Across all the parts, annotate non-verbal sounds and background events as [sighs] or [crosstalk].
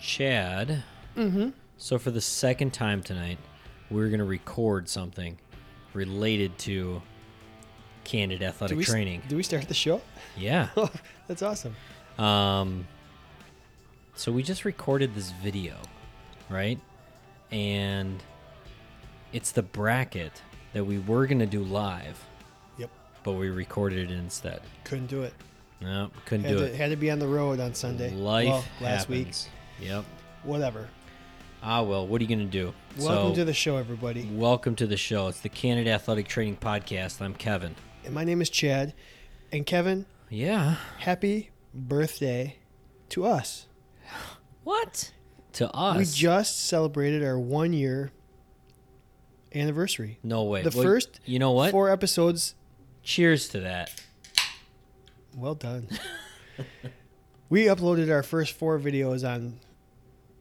Chad. Mm-hmm. So for the second time tonight, we're gonna record something related to candid athletic do we, training. Do we start the show? [laughs] yeah. That's awesome. Um, so we just recorded this video, right? And it's the bracket that we were gonna do live, Yep. but we recorded it instead. Couldn't do it. No, couldn't Had, do to, it. had to be on the road on Sunday. Life Well, last week. happens. Yep. Whatever. Ah well, what are you gonna do? Welcome So- to the show, everybody. Welcome to the show. It's the Canada Athletic Training Podcast. I'm Kevin. And my name is Chad. And Kevin, Yeah. happy birthday to us. What? To us? We just celebrated our one year anniversary. no way. the Well, first You know what? Four episodes. Cheers to that. [laughs] Well done. we uploaded our first four videos on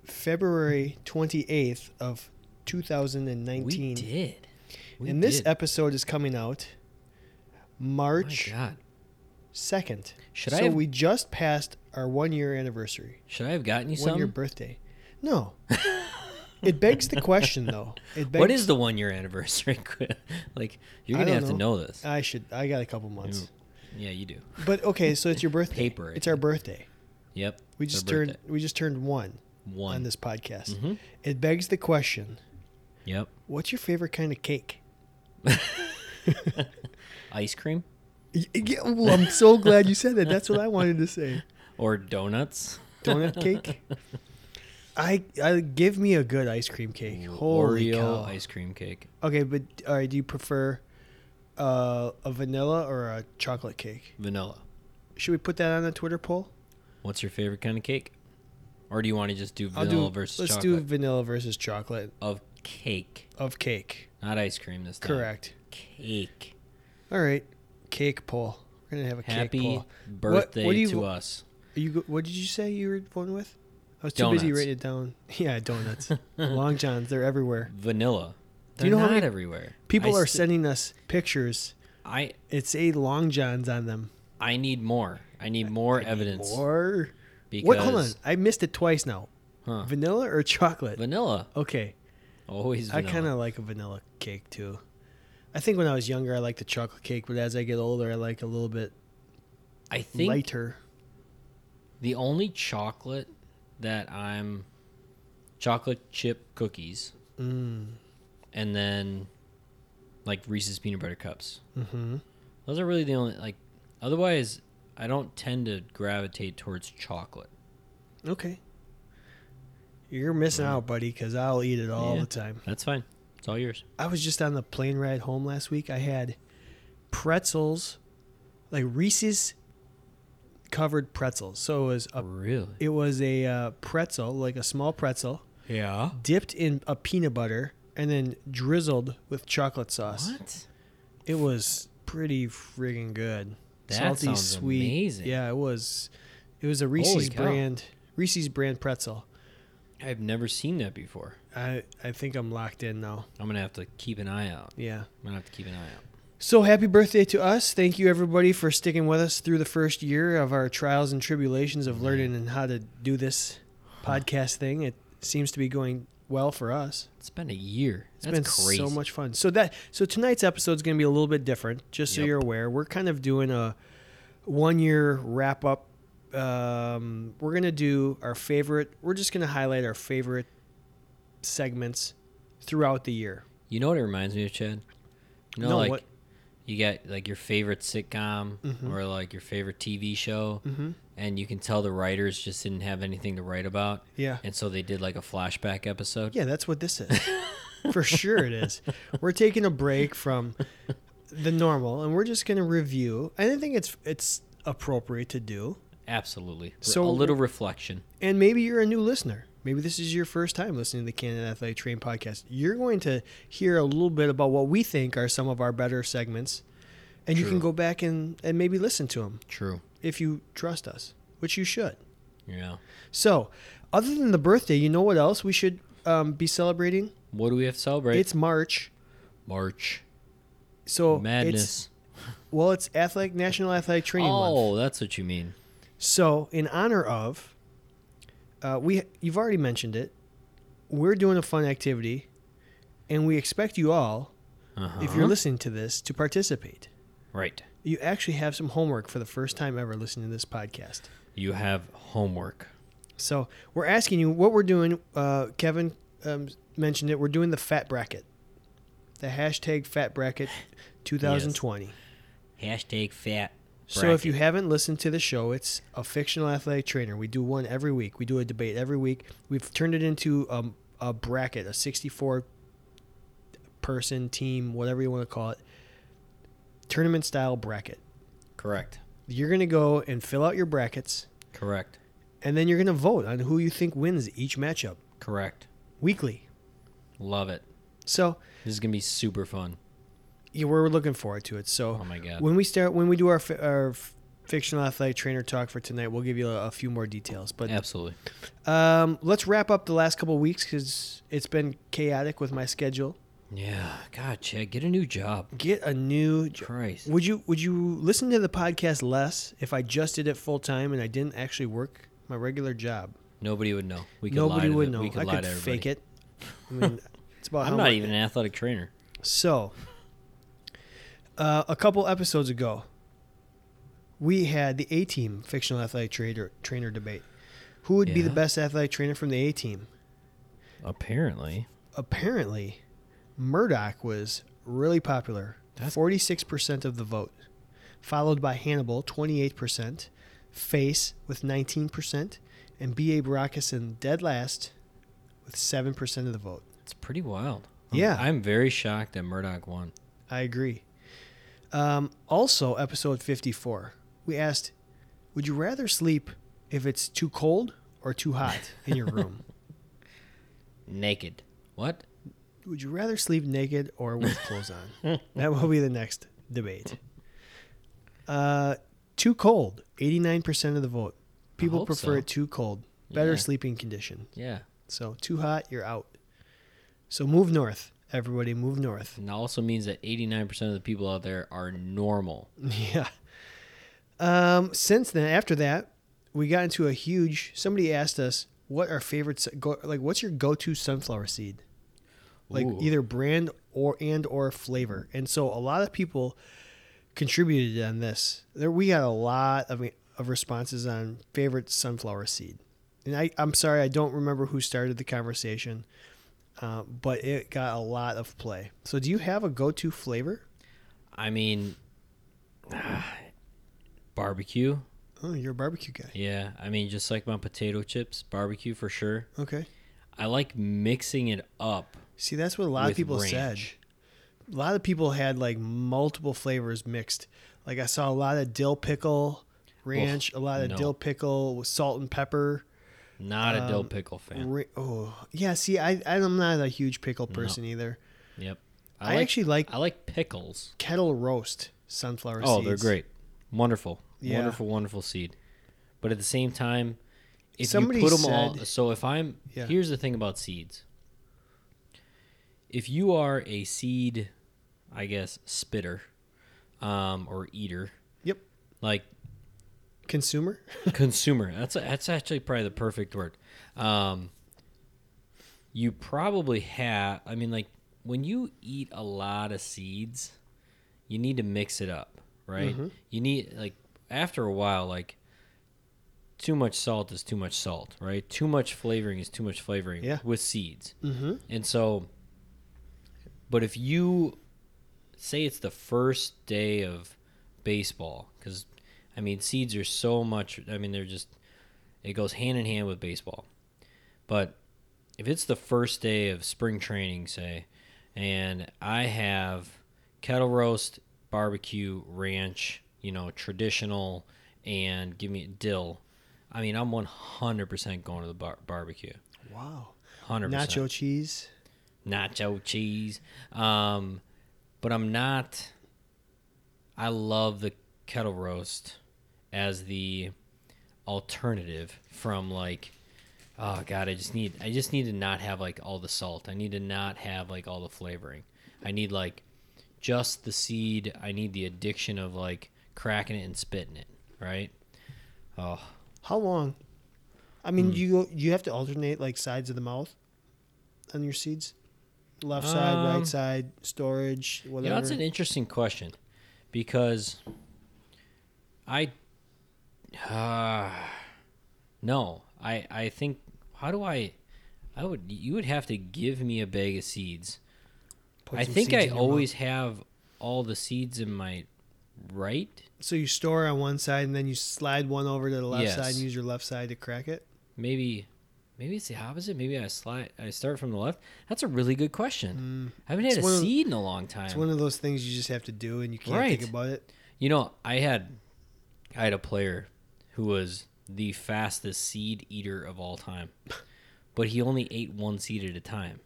February 28th of 2019. We did. We and this did. episode is coming out My March God. 2nd. Should so I have- we just passed our one year anniversary, Should I have gotten you one year some? birthday. [laughs] No. it begs the question, though. It begs, What is the one year anniversary? [laughs] like you're I gonna don't Uh, have to know this. I should. I got a couple months. yeah, you do. But okay, so it's your birthday. Paper it. It's our birthday. Yep. We It's just our turned. birthday. We just turned one, one. on this podcast. Mhm. It begs the question: [laughs] Yep. [laughs] What's your favorite kind of cake? Ice cream Y- yeah, well, I'm so glad you said that. That's what I wanted to say. or donuts? [laughs] donut cake. [laughs] I I give me a good ice cream cake. Holy Oreo cow. ice cream cake. Okay, but all right, do you prefer uh, a vanilla or a chocolate cake? Vanilla. Should we put that on a Twitter poll? What's your favorite kind of cake? Or do you want to just do I'll vanilla do. versus let's chocolate? do vanilla versus chocolate of cake, of cake. not ice cream this time. Correct. Cake. All right, cake poll. We're gonna have a cake Happy poll. birthday do you- to us. Are you go- what did you say you were voting with? I was too busy Donuts. writing it down. [laughs] [laughs] Yeah, donuts, long johns. They're everywhere. Vanilla. Do They're you know how not many everywhere. People I are st- sending us pictures. I It's a long johns on them. I need more. I need more evidence. Or Because what? Hold on, I missed it twice now. Huh. Vanilla or chocolate? vanilla. okay, Always I vanilla. kind of like a vanilla cake too. I think when I was younger, I liked the chocolate cake, but as I get older, I like a little bit I think lighter. the only chocolate that I'm chocolate chip cookies. Mm, And then like Reese's peanut butter cups. Mm-hmm. Those are really the only like. Otherwise, I don't tend to gravitate towards chocolate. Okay, you're missing out, buddy, because I'll eat it all Yeah. the time. That's fine. It's all yours. I was just on the plane ride home last week. I had pretzels, like Reese's covered pretzels. So it was a Oh, Really? it was a uh, pretzel, like a small pretzel. Yeah. dipped in a peanut butter and then drizzled with chocolate sauce. What? It was pretty friggin' good. That sounds amazing. Yeah, it was. It was a Reese's cow. brand Reese's brand pretzel. I've never seen that before. I I think I'm locked in now. I'm gonna have to keep an eye out. Yeah. I'm gonna have to keep an eye out. So happy birthday to us. Thank you everybody for sticking with us through the first year of our trials and tribulations of learning and how to do this podcast thing. It seems to be going well for us. It's been a year. It's That's been crazy. so much fun. So that so tonight's episode is going to be a little bit different. Just so Yep. you're aware, we're kind of doing a one year wrap up. Um, we're going to do our favorite. We're just going to highlight our favorite segments throughout the year. You know what it reminds me of, Chad? You know, No, like what? Mm-hmm. you got like your favorite sitcom or like your favorite TV show, and you can tell the writers just didn't have anything to write about, Yeah, and so they did like a flashback episode. yeah, that's what this [laughs] is. For sure, it is. We're taking a break from the normal, and we're just going to review. And I think it's it's appropriate to do. Absolutely. So So- a little reflection. And maybe you're a new listener. Maybe this is your first time listening to the Canada Athletic Train podcast. You're going to hear a little bit about what we think are some of our better segments, and you True. can go back and, and maybe listen to them True. if you trust us, which you should. Yeah. So, other than the birthday, you know what else we should um, be celebrating? What do we have to celebrate? It's March, March so It's, Madness. well, it's Athletic National Athletic Training Month. Oh, that's what you mean. So, in honor of uh, we you've already mentioned it. We're doing a fun activity, and we expect you all, Uh-huh. if you're listening to this, to participate. right, You actually have some homework for the first time ever listening to this podcast. you have homework. So we're asking you what we're doing. Uh, Kevin um, mentioned it. We're doing the fat bracket, the hashtag fat bracket 2020. Hashtag fat. So if you haven't listened to the show, it's a fictional athletic trainer. We do one every week. We do a debate every week. We've turned it into a, a bracket, a 64 person team, whatever you want to call it, tournament style bracket. correct, You're going to go and fill out your brackets, correct, and then you're going to vote on who you think wins each matchup correct, weekly. love it. So This is gonna be super fun. yeah, we're looking forward to it. So Oh my god. when we start, when we do our fi- our f- fictional athletic trainer talk for tonight, we'll give you a, a few more details. But Absolutely. um, let's wrap up the last couple of weeks because it's been chaotic with my schedule. Yeah. God, Chad, get a new job. Get a new. jo- Christ. Would you would you listen to the podcast less if I just did it full time and I didn't actually work my regular job? Nobody would know. We could lie Nobody to would the- know. We could I lie could to everybody. fake it. [laughs] I mean, it's about how I'm much- not even an athletic trainer. So, uh, a couple episodes ago, we had the A team fictional athletic trainer trainer debate. Who would be the Yeah. best athletic trainer from the A team? Apparently. Apparently, Murdoch was really popular. Forty six percent of the vote, followed by Hannibal, twenty eight percent, Face with nineteen percent, and B. A. Barakasin dead last, with seven percent of the vote. It's pretty wild. Yeah. I'm very shocked that Murdoch won. I agree. Um, also, episode 54, we asked, would you rather sleep if it's too cold or too hot in your room? Naked. What? would you rather sleep naked or [laughs] with clothes on? that will be the next debate. Uh, too cold, 89% of the vote. People hope prefer so. it too cold. Better Yeah. sleeping condition. Yeah. So, too hot, you're out. So, move north, everybody, move north. And that also means that 89% of the people out there are normal. Yeah. Um, since then, after that, we got into a huge. Somebody asked us what our favorite, s- go, like, what's your go-to sunflower seed, like Ooh. either brand or and or flavor. And so a lot of people contributed on this. There, we got a lot of of responses on favorite sunflower seed. And I, I'm sorry, I don't remember who started the conversation, uh, but it got a lot of play. So, do you have a go-to flavor? I mean, [sighs] barbecue. Oh, you're a barbecue guy. Yeah. I mean, just like my potato chips, barbecue for sure. Okay. I like mixing it up. See, that's what a lot of with people said. ranch. A lot of people had like multiple flavors mixed. Like I saw a lot of dill pickle ranch, a lot of no. dill pickle with salt and pepper. Not a Um, dill pickle fan. Ra- oh, yeah. See, I I'm not a huge pickle person either. Yep. I, like, actually like I like pickles. kettle roast sunflower Oh, seeds. they're great. Wonderful. Yeah. Wonderful, wonderful seed. But at the same time, if Somebody you put them all said- so if I'm Yeah. here's the thing about seeds. If you are a seed, I guess, spitter, um, or eater, Yep. like Consumer. consumer. That's that's actually probably the perfect word. Um, you probably have. I mean, like when you eat a lot of seeds, you need to mix it up, right? You need like after a while, like too much salt is too much salt, right? Too much flavoring is too much flavoring Yeah. with seeds, Mm-hmm. and so. But if you say it's the first day of baseball because i mean seeds are so much i mean they're just it goes hand in hand with baseball but if it's the first day of spring training say and i have kettle roast barbecue ranch you know traditional and give me dill i mean i'm 100% going to the bar- barbecue Wow. 100% Nacho cheese. nacho cheese. Um, but I'm not. I love the kettle roast as the alternative from like, oh god, I just need I just need to not have like all the salt. I need to not have like all the flavoring. I need like just the seed. I need the addiction of like cracking it and spitting it. Right. Oh, How long I Hmm. mean, you go, you have to alternate like sides of the mouth on your seeds, left side, Um, right side, storage, Yeah, whatever. that's an interesting question because I [sighs] uh, no, I I think how do I I would you would have to give me a bag of seeds. Put I some think seeds I in your always have all the seeds in my right. mouth. so you store on one side and then you slide one over to the left Yes. side and use your left side to crack it. Maybe maybe it's the opposite. Maybe I slide I start from the left. That's a really good question. I haven't had Mm. a It's one of- seed in a long time. It's one of those things you just have to do and you can't Right. think about it. You know, I had I had a player who was the fastest seed eater of all time. But he only ate one seed at a time.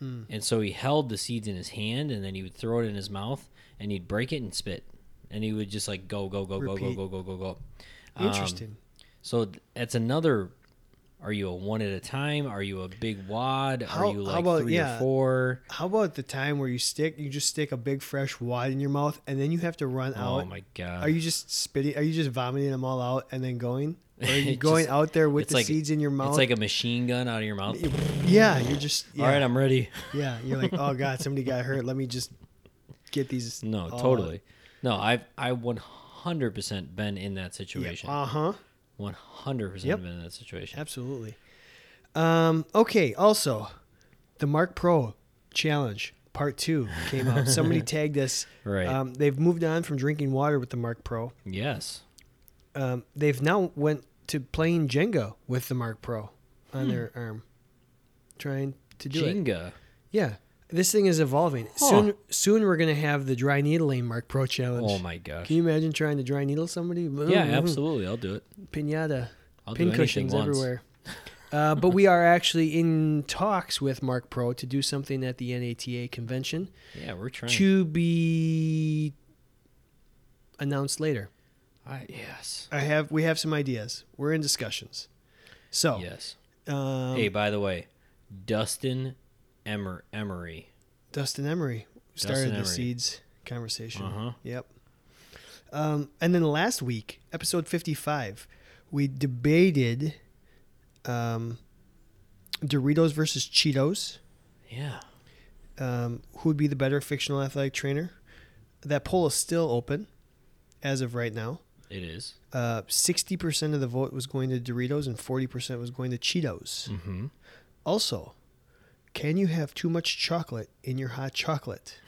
Hmm. And so he held the seeds in his hand and then he would throw it in his mouth and he'd break it and spit. And he would just like go go go Repeat. go go go go go go. Um, Interesting. so th- that's another are you a one at a time? Are you a big wad? How- are you how like about- three yeah. or four? How about the time where you stick you just stick a big fresh wad in your mouth and then you have to run Oh out? my god. Are you just spitting? Are you just vomiting them all out and then going? Or are [laughs] you It going just- out there with it's the like- seeds in your mouth? it's like a machine gun out of your mouth. yeah, you're just yeah, All right, I'm ready. yeah. You're like, oh god, somebody got hurt. Let me just get these. No, totally. No, I've I 100% been in that situation. Uh huh. 100% Yep. been in that situation. Absolutely. Um. Okay. Also, the Mark Pro challenge part two came out. [laughs] Somebody tagged us. Right. Um, they've moved on from drinking water with the Mark Pro. Yes. Um, they've now went to playing Jenga with the Mark Pro on their arm, trying to do it. Hmm. Jenga. Yeah. This thing is evolving. Huh. Soon soon we're gonna have the dry needling Mark Pro challenge. Oh my gosh. Can you imagine trying to dry needle somebody? Yeah, absolutely. I'll do it. Pinata. I'll do Pin anything cushions once. everywhere. Uh, but we are actually in talks with Mark Pro to do something at the NATA convention Yeah, we're trying. to be announced later. I, yes. I have we have some ideas. We're in discussions. So Yes. Oh. um, hey, by the way, Dustin Emmer Emery. Dustin Emery started Dustin the Emery. seeds conversation. Uh-huh. Yep. Um, and then last week, episode fifty-five, we debated um, Doritos versus Cheetos. Yeah. Um, who would be the better fictional athletic trainer? That poll is still open, as of right now. It is. uh, Sixty percent of the vote was going to Doritos, and forty percent was going to Cheetos. Mm-hmm. Also, can you have too much chocolate in your hot chocolate?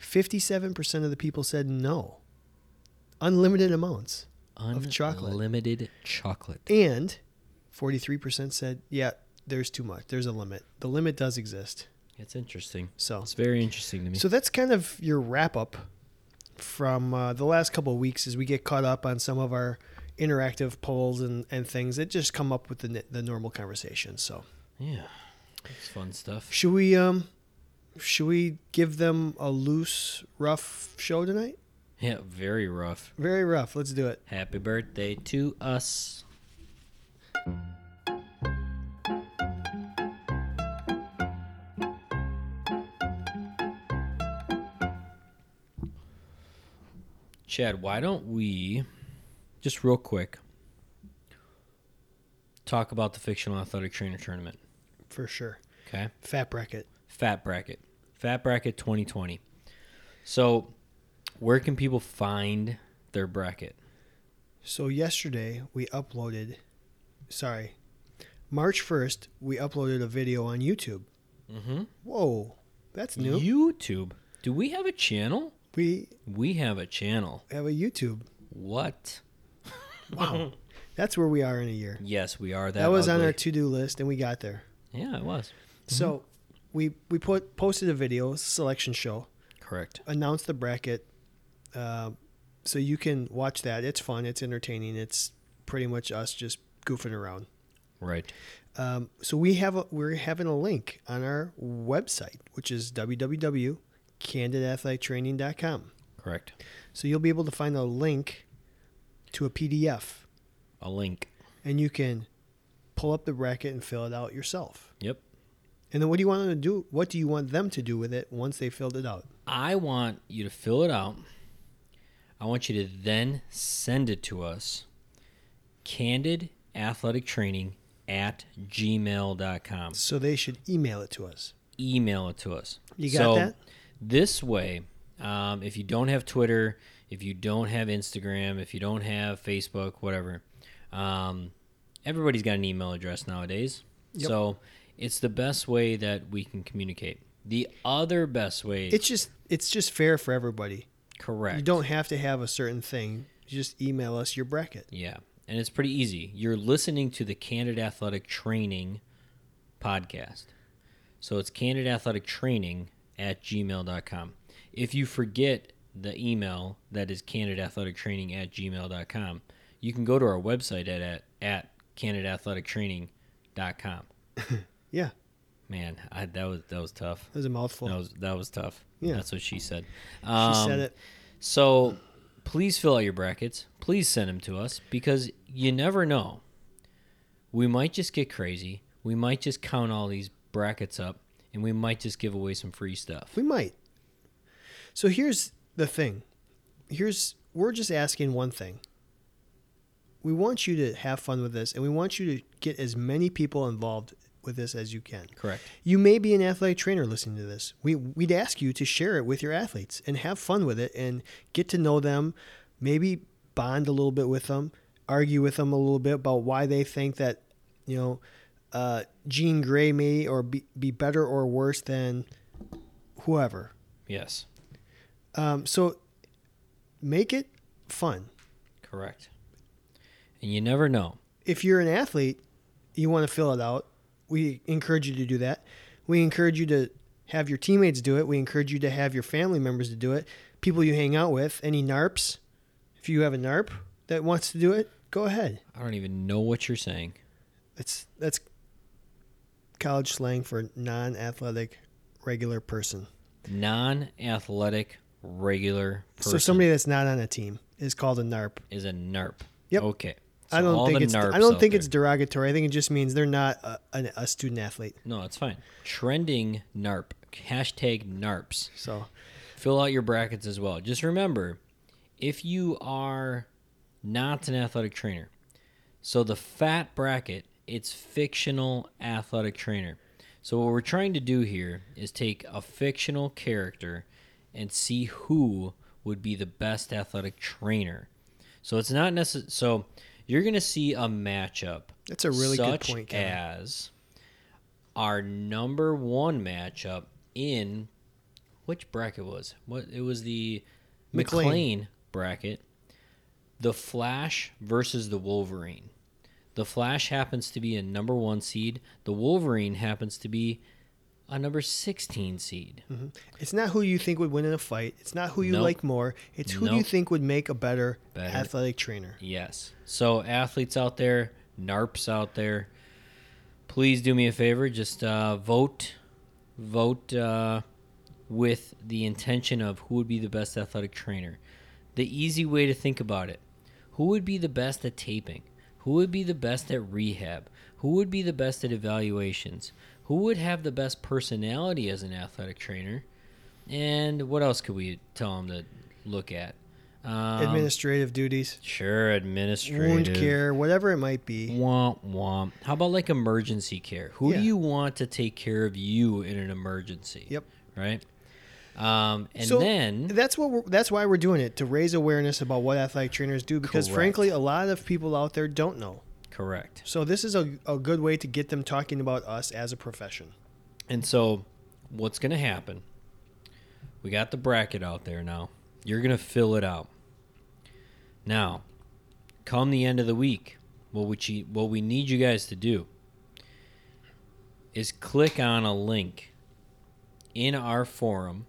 57% of the people said no. Unlimited amounts. Of chocolate. Unlimited chocolate. And 43% said, yeah, there's too much. There's a limit. The limit does exist. It's interesting. So, It's very interesting to me. so that's kind of your wrap up from uh, the last couple of weeks as we get caught up on some of our interactive polls and, and things that just come up with the, n- the normal conversation. So, yeah. It's fun stuff. Should we um should we give them a loose, rough show tonight? Yeah, very rough. Very rough. Let's do it. Happy birthday to us. Chad, why don't we just real quick talk about the fictional athletic trainer tournament? For sure. Okay. Fat bracket. Fat Bracket. Fat Bracket 2020. So, where can people find their bracket? So yesterday we uploaded sorry. March first, we uploaded a video on YouTube. Mm-hmm. Whoa. That's new. YouTube. Do we have a channel? we We have a channel. have a YouTube. What? Wow. That's where we are in a year. Yes, we are. Mm-hmm. That, That, was on ugly. Mm-hmm. our to do list and we got there. yeah, it was. So we we put posted a video, it's a selection show. Correct. announce the bracket. Uh, so you can watch that. It's fun. It's entertaining. It's pretty much us just goofing around. Right. Um, so we have a, we're having a link on our website, which is www.candidathletetraining.com. Correct. So you'll be able to find a link to a PDF, A link. and you can pull up the bracket and fill it out yourself. Yep. And then what do you want them to do? What do you want them to do with it once they filled it out? I want you to fill it out. I want you to then send it to us. Candid athletic training at gmail.com. So they should email it to us. Email it to us. You got So, that? This way, um, if you don't have Twitter, if you don't have Instagram, if you don't have Facebook, whatever, um, everybody's got an email address nowadays. Yep. So it's the best way that we can communicate. The other best way, It's just it's just fair for everybody. correct. You don't have to have a certain thing. You just email us your bracket. Yeah. And it's pretty easy. You're listening to the Candid Athletic Training podcast. So it's Candid Athletic Training at gmail.com. If you forget the email that is Candid Athletic Training at gmail.com, you can go to our website at, at, at candidathletictraining.com. Yeah, Man, I, that was that was tough. that was a mouthful. That was that was tough. Yeah. That's what she said. she Um, said it. so please fill out your brackets. Please send them to us because you never know. We might just get crazy. We might just count all these brackets up and we might just give away some free stuff. We might. So here's the thing. Here's we're just asking one thing. We want you to have fun with this and we want you to get as many people involved with this as you can. Correct. You may be an athletic trainer listening to this. We we'd ask you to share it with your athletes and have fun with it and get to know them, maybe bond a little bit with them, argue with them a little bit about why they think that, you know, uh, Gene Gray may or be, be better or worse than whoever. Yes. Um, so make it fun. Correct. And you never know. If you're an athlete, you want to fill it out. We encourage you to do that. We encourage you to have your teammates do it. We encourage you to have your family members to do it. People you hang out with, any NARPs. If you have a NARP that wants to do it, go ahead. I don't even know what you're saying. That's that's college slang for non-athletic regular person. Non athletic regular person So somebody that's not on a team is called a NARP. is a NERP. Yep. Okay. I So all don't think the it's I NERPs don't out think there- it's derogatory. I think it just means they're not a, an a student athlete. no, it's fine. Trending NARP. Hashtag NARPs. So fill out your brackets as well. Just remember, if you are not an athletic trainer, so the fat bracket, it's fictional athletic trainer. So what we're trying to do here is take a fictional character and see who would be the best athletic trainer. So it's not necessary. So you're going to see a matchup. That's a really good such point, Kevin. As our number one matchup in which bracket was what it was the McLean. McLean bracket. The Flash versus the Wolverine. The Flash happens to be a number one seed. The Wolverine happens to be a number sixteen seed. it's not who you think would win in a fight. It's not who you Nope. like more. It's who you Nope. think would make a better, Better. athletic trainer. Yes. So athletes out there, NARPs out there, please do me a favor. Just uh, vote, vote uh, with the intention of who would be the best athletic trainer. The easy way to think about it: who would be the best at taping? Who would be the best at rehab? Who would be the best at evaluations? Who would have the best personality as an athletic trainer? And what else could we tell them to look at? Um, Administrative duties, Sure, administrative. wound care, whatever it might be. Womp womp. How about like emergency care? Who Yeah. do you want to take care of you in an emergency? Yep. Right. Um, and so then that's what we're, that's why we're doing it to raise awareness about what athletic trainers do because Correct. frankly a lot of people out there don't know. correct. So this is a, a good way to get them talking about us as a profession. And so, what's going to happen? We got the bracket out there now. You're going to fill it out. Now, come the end of the week, what we che- what we need you guys to do is click on a link in our forum,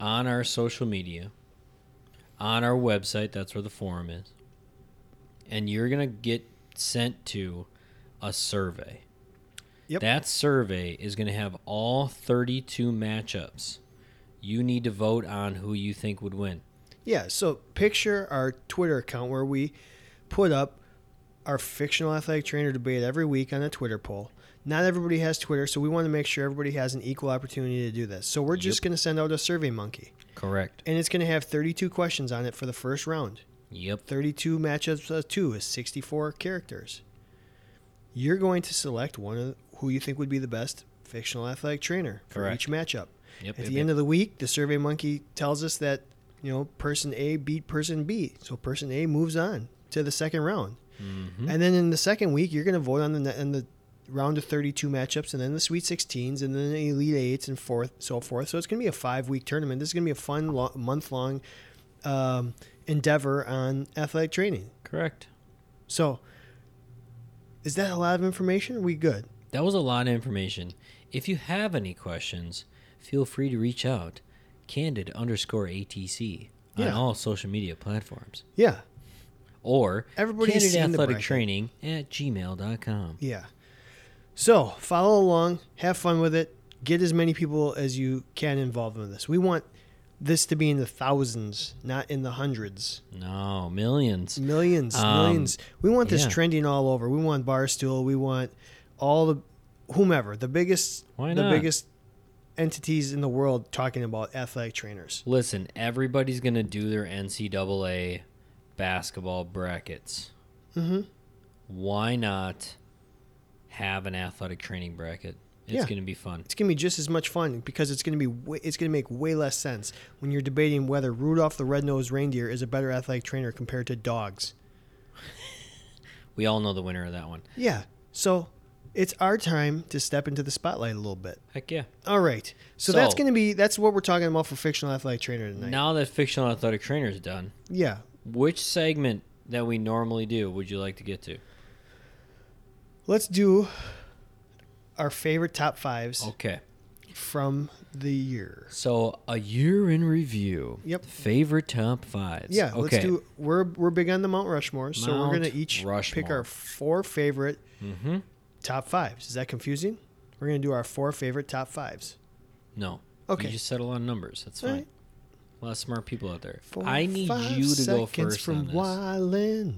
on our social media, on our website. That's where the forum is, and you're gonna get sent to a survey. Yep. That survey is going to have all 32 matchups. You need to vote on who you think would win. Yeah, so picture our Twitter account where we put up our fictional athletic trainer debate every week on a Twitter poll. Not everybody has Twitter, so we want to make sure everybody has an equal opportunity to do this. So we're just going to send out a Survey Monkey, Correct. and it's going to have 32 questions on it for the first round. Yep. 32 matchups plus two is 64 characters. You're going to select one of who you think would be the best fictional athletic trainer for Correct. each matchup. Yep. At yep, the yep. end of the week, the Survey Monkey tells us that you know person A beat person B, so person A moves on to the second round. Mhm. And then in the second week, you're going to vote on the ne- on the round of 32 matchups, and then the Sweet 16s, and then the Elite Eights, and forth so forth. So it's going to be a five week tournament. This is going to be a fun lo- month long um, endeavor on athletic training. Correct. So is that a lot of information? Are we good? That was a lot of information. If you have any questions, feel free to reach out. Candid underscore ATC on Yeah. all social media platforms. Yeah, Or Everybody's candid seen the athletic bracket. training at gmail.com. yeah. So follow along, have fun with it, get as many people as you can involved in this. We want this to be in the thousands, not in the hundreds. No, millions. Millions, Um, millions. We want this yeah. trending all over. We want Barstool. We want all the whomever the biggest, Why the not? biggest entities in the world talking about athletic trainers. Listen, everybody's going to do their NCAA basketball brackets. Mm-hmm. Why not have an athletic training bracket? It's Yeah. going to be fun. It's gonna be just as much fun because it's gonna be way, it's gonna make way less sense when you're debating whether Rudolph the Red-Nosed Reindeer is a better athletic trainer compared to dogs. We all know the winner of that one. Yeah, so it's our time to step into the spotlight a little bit. Heck yeah. All right, so, that's So- gonna be that's what we're talking about for fictional athletic trainer tonight. Now that fictional athletic trainer is done, Yeah, Which segment that we normally do would you like to get to? Let's do our favorite top fives Okay. from the year. So a year in review. Yep. Favorite top fives. Yeah, Okay. let's do. We're we're big on the Mount Rushmore, so we're Mount gonna each pick Rushmore. our four favorite Mm-hmm. top fives. Is that confusing? We're gonna do our four favorite top fives. No. Okay. You just settle on numbers. That's All fine. right. A lot of smart people out there. Four, I need five you to go seconds first from on this. Wylan.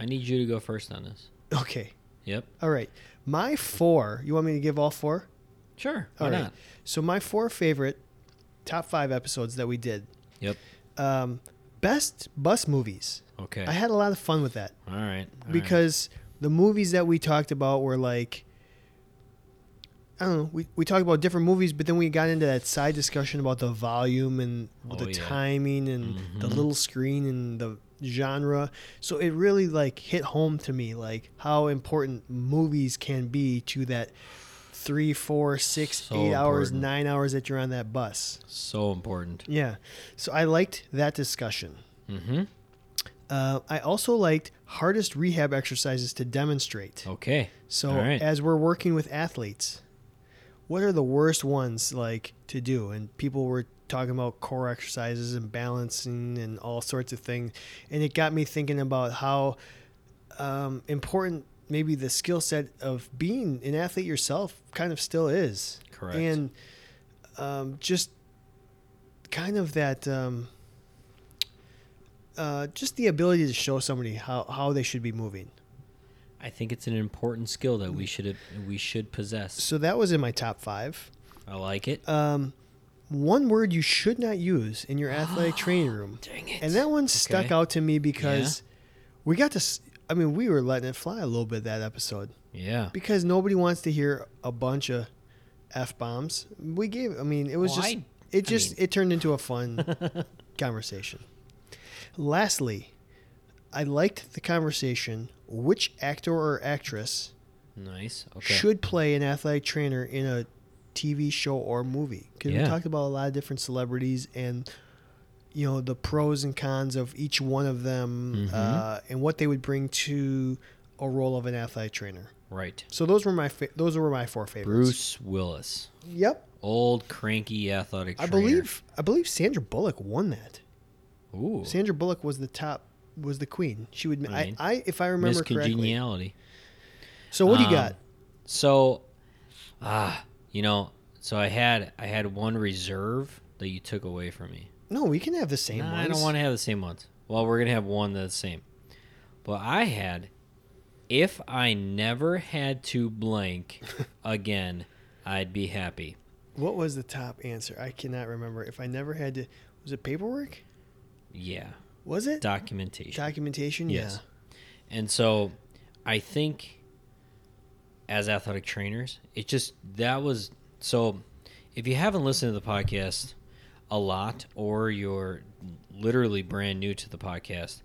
I need you to go first on this. Okay. Yep. All right. My four. You want me to give all four? Sure. Why All right. not? So my four favorite top five episodes that we did. Yep. Um, best bus movies. Okay. I had a lot of fun with that. all right. all right. because the movies that we talked about were like I don't know. We, we talked about different movies, but then we got into that side discussion about the volume and Oh, the yeah. timing and the Mhm. little screen and the genre. So it really like hit home to me, like how important movies can be to that three, four, six, So eight hours, important. nine hours that you're on that bus. so important. Yeah. So I liked that discussion. Mm-hmm. Uh, I also liked hardest rehab exercises to demonstrate. Okay. So All right. as we're working with athletes, what are the worst ones like to do? And people were talking about core exercises and balancing and all sorts of things, and it got me thinking about how um, important maybe the skill set of being an athlete yourself kind of still is, Correct. and um, just kind of that. Um, uh, just the ability to show somebody how, how they should be moving. I think it's an important skill that we should we should possess. So that was in my top five. I like it. um, one word you should not use in [gasps] your athletic training room. Dang it. And that one stuck Okay. out to me because we got to, s- I mean, we were letting it fly a little bit that episode yeah. because nobody wants to hear a bunch of F bombs. We gave, I mean, it was Well, just, Oh, I- it I just, mean- it turned into [laughs] a fun conversation. Lastly, I liked the conversation which actor or actress Nice. Okay. should play an athletic trainer in a TV show or movie. Because we Yeah. talked about a lot of different celebrities and you know the pros and cons of each one of them Mm-hmm. uh, and what they would bring to a role of an athletic trainer. right. So those were my fa- those were my four favorites. Bruce Willis, Yep, old cranky athletic. I Trainer. believe I believe Sandra Bullock won that. Ooh. Sandra Bullock was the top was the queen. She would I I, mean, I, if I Miss remember correctly. Congeniality. So what do you Um, got? So, ah, you know, so I had I had one reserve that you took away from me. No, we can have the same Nah, ones. I don't want to have the same ones. Well, we're gonna have one that's same. But I had, if I never had to blank [laughs] again, I'd be happy. What was the top answer? I cannot remember. If I never had to, was it paperwork? Yeah. Was it documentation. documentation? Yes. And so I think as athletic trainers, it just that was so if you haven't listened to the podcast a lot or you're literally brand new to the podcast,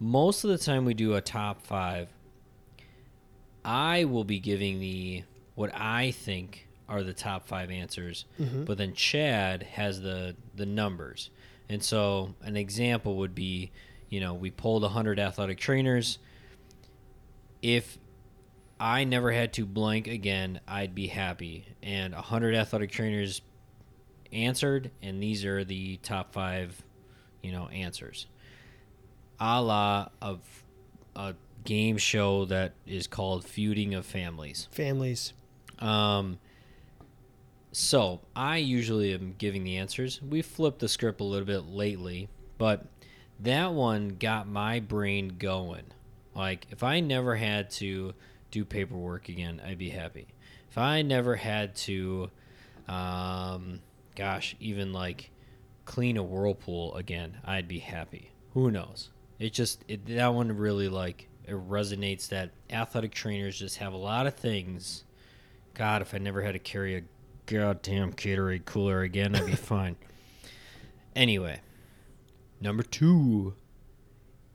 most of the time we do a top 5 I will be giving the what I think are the top 5 answers, Mm-hmm. but then Chad has the the numbers. And so an example would be, you know, we pulled 100 athletic trainers. If I never had to blank again, I'd be happy. And 100 athletic trainers answered, and these are the top five, you know, answers. A la of a game show that is called Feuding of Families. Yeah. Families. Um, so I usually am giving the answers. We flipped the script a little bit lately, but that one got my brain going. Like, if I never had to do paperwork again, I'd be happy. If I never had to, um, gosh, even like clean a whirlpool again, I'd be happy. Who knows? It just it, that one really like it resonates that athletic trainers just have a lot of things God, if I never had to carry a goddamn Gatorade cooler again, I'd be fine. Anyway, number two.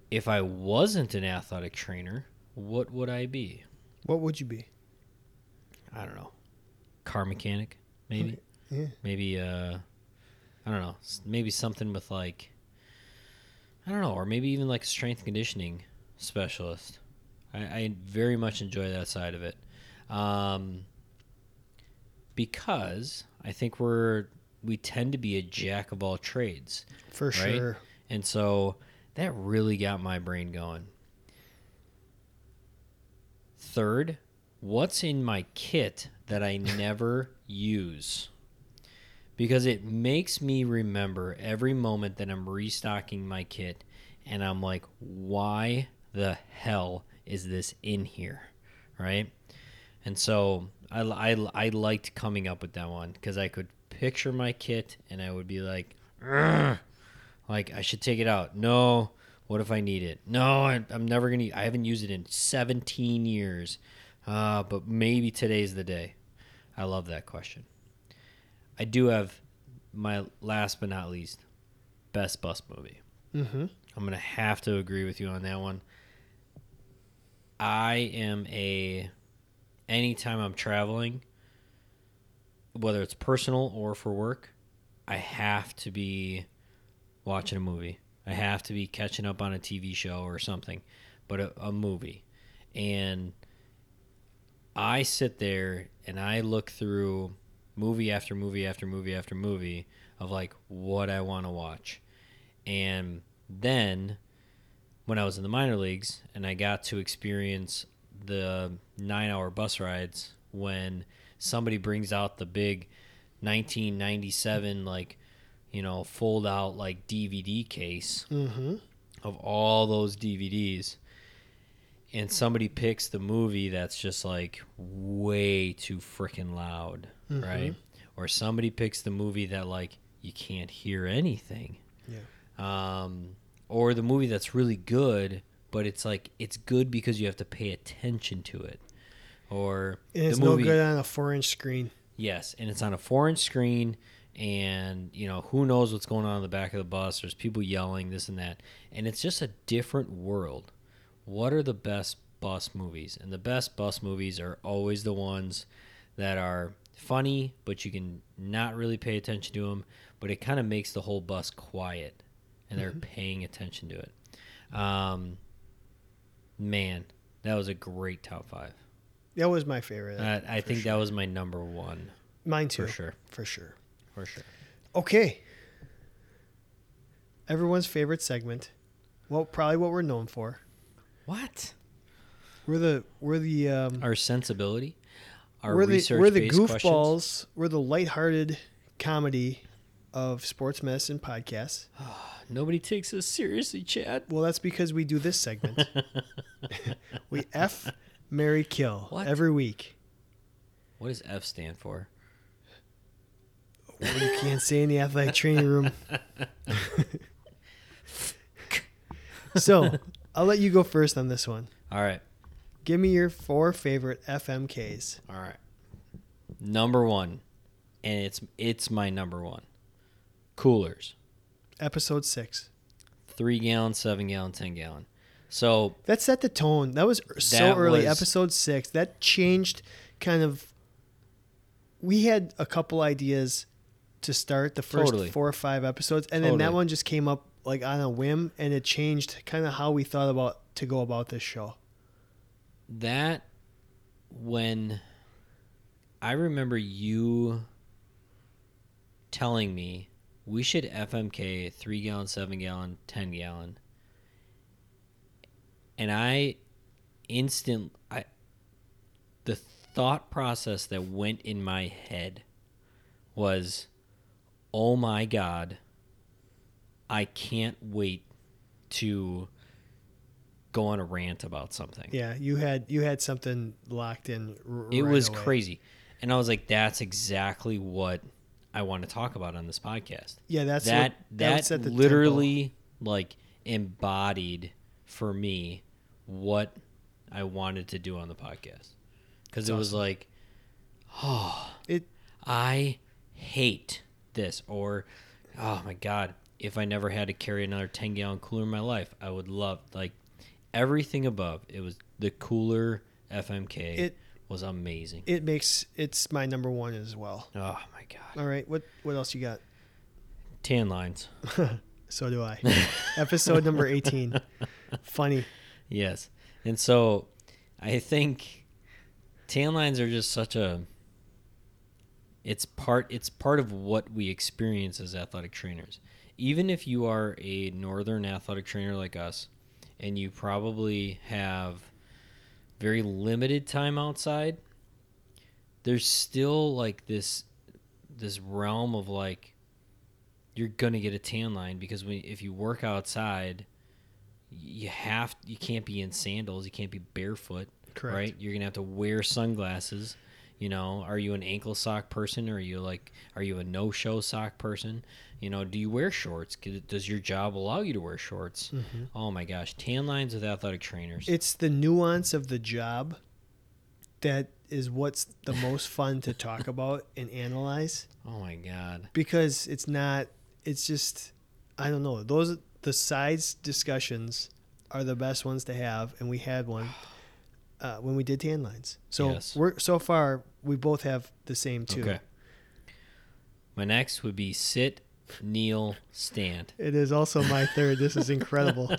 If I wasn't an athletic trainer, what would I be? What would you be? I don't know. Car mechanic, maybe. Yeah. Maybe uh, I don't know. S- Maybe something with like, I don't know, or maybe even like a strength conditioning specialist. I, I very much enjoy that side of it, um, because I think we're we tend to be a jack of all trades. For Right? sure. And so that really got my brain going. Third, what's in my kit that I never use? Because it makes me remember every moment that I'm restocking my kit and I'm like, why the hell is this in here? Right? And so I, I, I liked coming up with that one because I could picture my kit and I would be like, "Ugh." Like I should take it out. No. What if I need it? No, I, I'm never gonna. e, I haven't used it in 17 years. Uh, but maybe today's the day. I love that question. I do have my last but not least best bus movie. Mm-hmm. I'm gonna have to agree with you on that one. I am a anytime I'm traveling, whether it's personal or for work, I have to be watching a movie. I have to be catching up on a TV show or something, but a, a movie. And I sit there and I look through movie after movie after movie after movie of like what I want to watch. And then when I was in the minor leagues and I got to experience the nine hour bus rides when somebody brings out the big 1997, like, you know, fold out like DVD case Mm-hmm. of all those DVDs Hmm. and somebody picks the movie that's just like way too freaking loud, Mm-hmm. right? Or somebody picks the movie that like you can't hear anything. Yeah. Um or the movie that's really good, but it's like it's good because you have to pay attention to it. Or And it's the no movie good on a four-inch screen. Yes, and it's on a foreign screen, and you know who knows what's going on in the back of the bus. There's people yelling, this and that, and it's just a different world. What are the best bus movies? And the best bus movies are always the ones that are funny, but you can not really pay attention to them. But it kind of makes the whole bus quiet, and they're paying attention to it. Um, man, that was a great top five. That was my favorite. That, Uh, I think that was my number one Mine too. for sure. For sure. For sure. Okay. Everyone's favorite segment. Well, probably what we're known for. What? We're the we're the um, Our sensibility, our we're the research we're the goofballs. goofballs. We're the lighthearted comedy of sports medicine podcasts. Nobody takes us seriously, Chad. [laughs] Well, that's because we do this segment. we F Mary Kill What? every week. What does F stand for? [laughs] You can't say in the athletic training room. So I'll let you go first on this one. All right. Give me your four favorite FMKs. All right. Number one, and it's it's my number one. Coolers, Episode six. three gallon, seven gallon, ten gallon. So That set the tone. That was er- so That early. was- Episode six. That changed kind of. We had a couple ideas to start the first Totally. four or five episodes, and then that Totally. one just came up like on a whim, and it changed kind of how we thought about to go about this show. that when I remember you telling me we should FMK three gallon, seven gallon, ten gallon, and I instant I the thought process that went in my head was, oh my god, I can't wait to go on a rant about something. Yeah, you had you had something locked in. R- It right was away. crazy. And I was like, that's exactly what I want to talk about on this podcast. Yeah, that's that what, that, set the tempo. literally like embodied for me what I wanted to do on the podcast. Because it was like, oh, It- I hate this. Or, oh my God, if I never had to carry another 10 gallon cooler in my life, I would love, like, everything above. It was the cooler FMK It- was amazing. it makes it's my number one as well. oh my God. All right, what what else you got? Tan lines. So do [laughs] I. Episode number eighteen. Funny. Yes. And so I think tan lines are just such a it's part it's part of what we experience as athletic trainers. Even if you are a northern athletic trainer like us and you probably have very limited time outside, there's still like this this realm of like you're going to get a tan line because when if you work outside you have you can't be in sandals you can't be barefoot Correct. right you're gonna have to wear sunglasses you know are you an ankle sock person or are you like are you a no-show sock person you know do you wear shorts C- does your job allow you to wear Hmm. shorts Mm-hmm. oh my gosh tan lines with athletic trainers It's the nuance of the job that is what's [laughs] the most fun to talk about and analyze oh my god because it's not it's just I don't know. Those the sides discussions are the best ones to have and we had one [sighs] uh, when we did tan lines. So Yes. we're so far we both have the same two. okay my next would be sit kneel stand It is also my third. This [laughs] is incredible.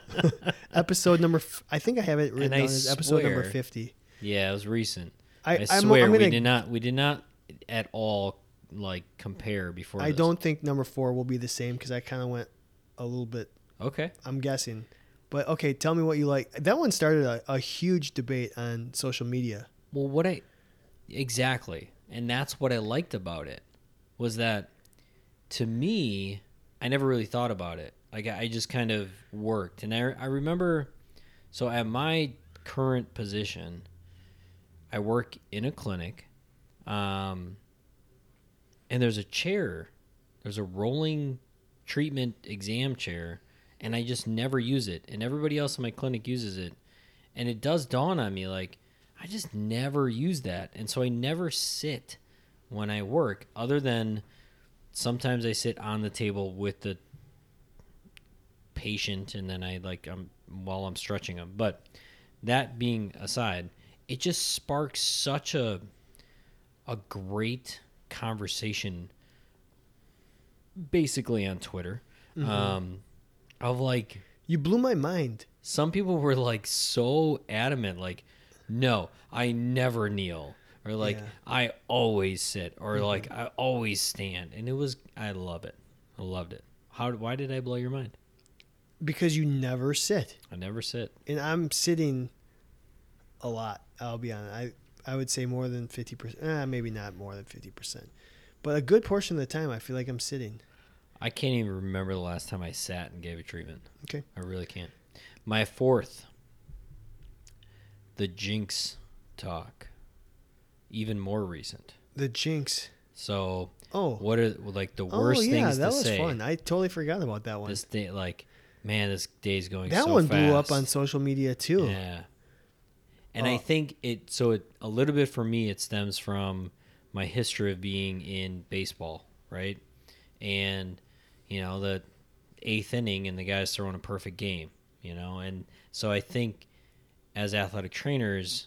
episode number, f- I think I have it written And I down as episode number swear- 50. yeah it was recent I, i, I'm- I'm swear we gonna- did not we did not at all like compare before I this. don't think number four will be the same because I kind of went a little bit, okay I'm guessing. But okay, tell me what you like. That one started a, a huge debate on social media. Well, what I exactly, and that's what I liked about it was that to me, I never really thought about it. Like I I just kind of worked, and I I remember. So at my current position, I work in a clinic, um, and there's a chair, there's a rolling treatment exam chair, and I just never use it, and everybody else in my clinic uses it, and it does dawn on me like I just never use that, and so I never sit when I work, other than sometimes I sit on the table with the patient, and then I like I'm while I'm stretching them. But that being aside, it just sparks such a a great conversation, basically on Twitter, um, of like You blew my mind. some people were like so adamant like no i never kneel or like Yeah. Mm-hmm. i always sit or like i always stand and it was i love it i loved it how why did i blow your mind Because you never sit. i never sit And I'm sitting a lot, I'll be honest. I, I would say more than 50%. Eh, maybe not more than 50%. But a good portion of the time, I feel like I'm sitting. i can't even remember the last time i sat and gave a treatment Okay. i really can't my fourth the jinx talk even more recent The Jinx. so Oh, what are like the oh worst yeah, things that to was say fun. I totally forgot about that one. this thing like Man, this day's going. That so one blew up fast. on social media too. Yeah. And I Uh, think it so it a little bit for me it stems from my history of being in baseball, right? And you know, the eighth inning and the guy's throwing a perfect game, you know, and so I think as athletic trainers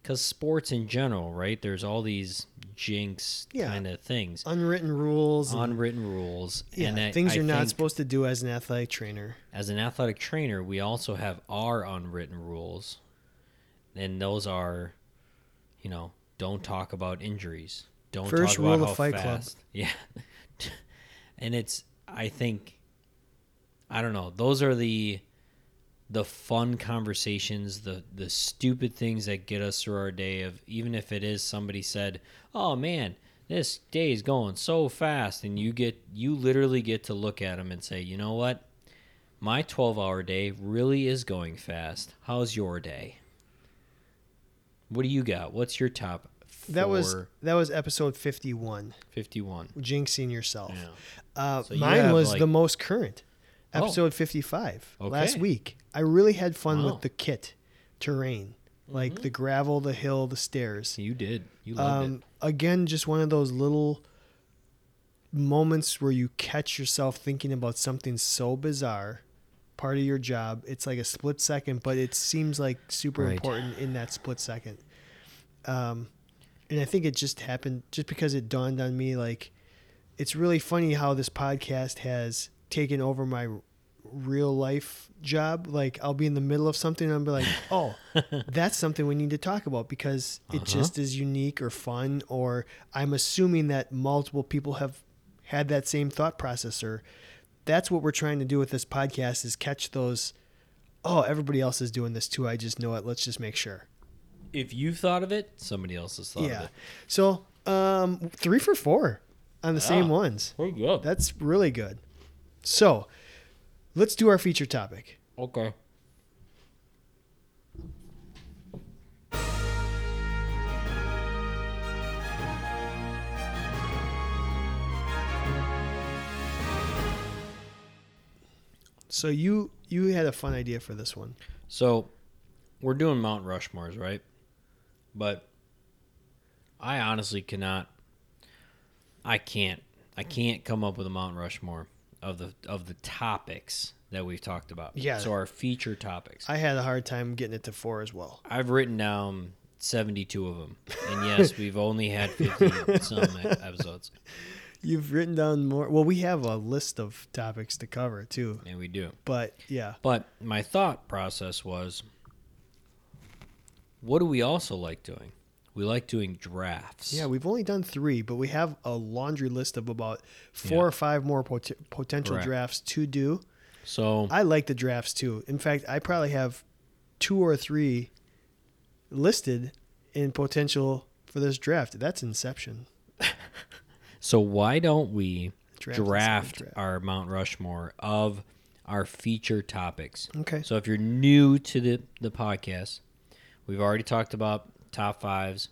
because sports in general, right? There's all these jinx Yeah. kind of things, Unwritten rules. and- unwritten rules, yeah, and I- things I you're not think- supposed to do as an athletic trainer. as an athletic trainer, we also have our unwritten rules, and those are, you know, don't talk about injuries. Don't First talk about rule of how Fight Club. fast. [laughs] Yeah, and it's I think, I don't know. Those are the the fun conversations, the the stupid things that get us through our day of even if it is somebody said, "Oh man, this day is going so fast." And you get you literally get to look at them and say, "You know what? My 12-hour day really is going fast. How's your day? What do you got? What's your top That was four that was episode 51. 51?" Jinxing yourself. Yeah. Uh, So you mine have, was like- the most current. Oh. Episode 55 last Okay. week. I really had fun Wow. Mm-hmm. with the kit terrain, like the gravel, the hill, the stairs. You did. You loved Um, again, just one of those little moments where you catch yourself thinking about something so bizarre, part of your job. It's like a split second, but it seems like super Right. important in that split second. Um, and I think it just happened just because it dawned on me like it's really funny how this podcast has taken over my r- real life job. Like I'll be in the middle of something and I'll be [laughs] like, oh, that's something we need to talk about because it Uh-huh. just is unique or fun. Or I'm assuming that multiple people have had that same thought process. Or that's what we're trying to do with this podcast is catch those. Oh, everybody else is doing this too. I just know it. Let's just make sure. it. If you've thought of it, somebody else has thought of yeah. it. So um, three for four on the same Ah. ones. Pretty good. That's really good. So, let's do our feature topic. Okay. So you you had a fun idea for this one. So we're doing Mount Rushmore's, right? But I honestly cannot I can't I can't come up with a Mount Rushmore of the of the topics that we've talked about. Yeah. So our feature topics. I had a hard time getting it to four as well. I've written down 72 of them. And [laughs] yes, we've only had 50 some e- episodes. You've written down more. Well, we have a list of topics to cover too. And we do. But yeah, But my thought process was what do we also like doing? We like doing drafts. yeah, we've only done three, but we have a laundry list of about four Yeah. or five more pot- potential Correct. drafts to do. So I like the drafts too. In fact, I probably have two or three listed in potential for this draft. That's Inception. So why don't we Draft draft, is gonna draft. our Mount Rushmore of our feature topics? Okay. So if you're new to the, the podcast, we've already talked about top fives.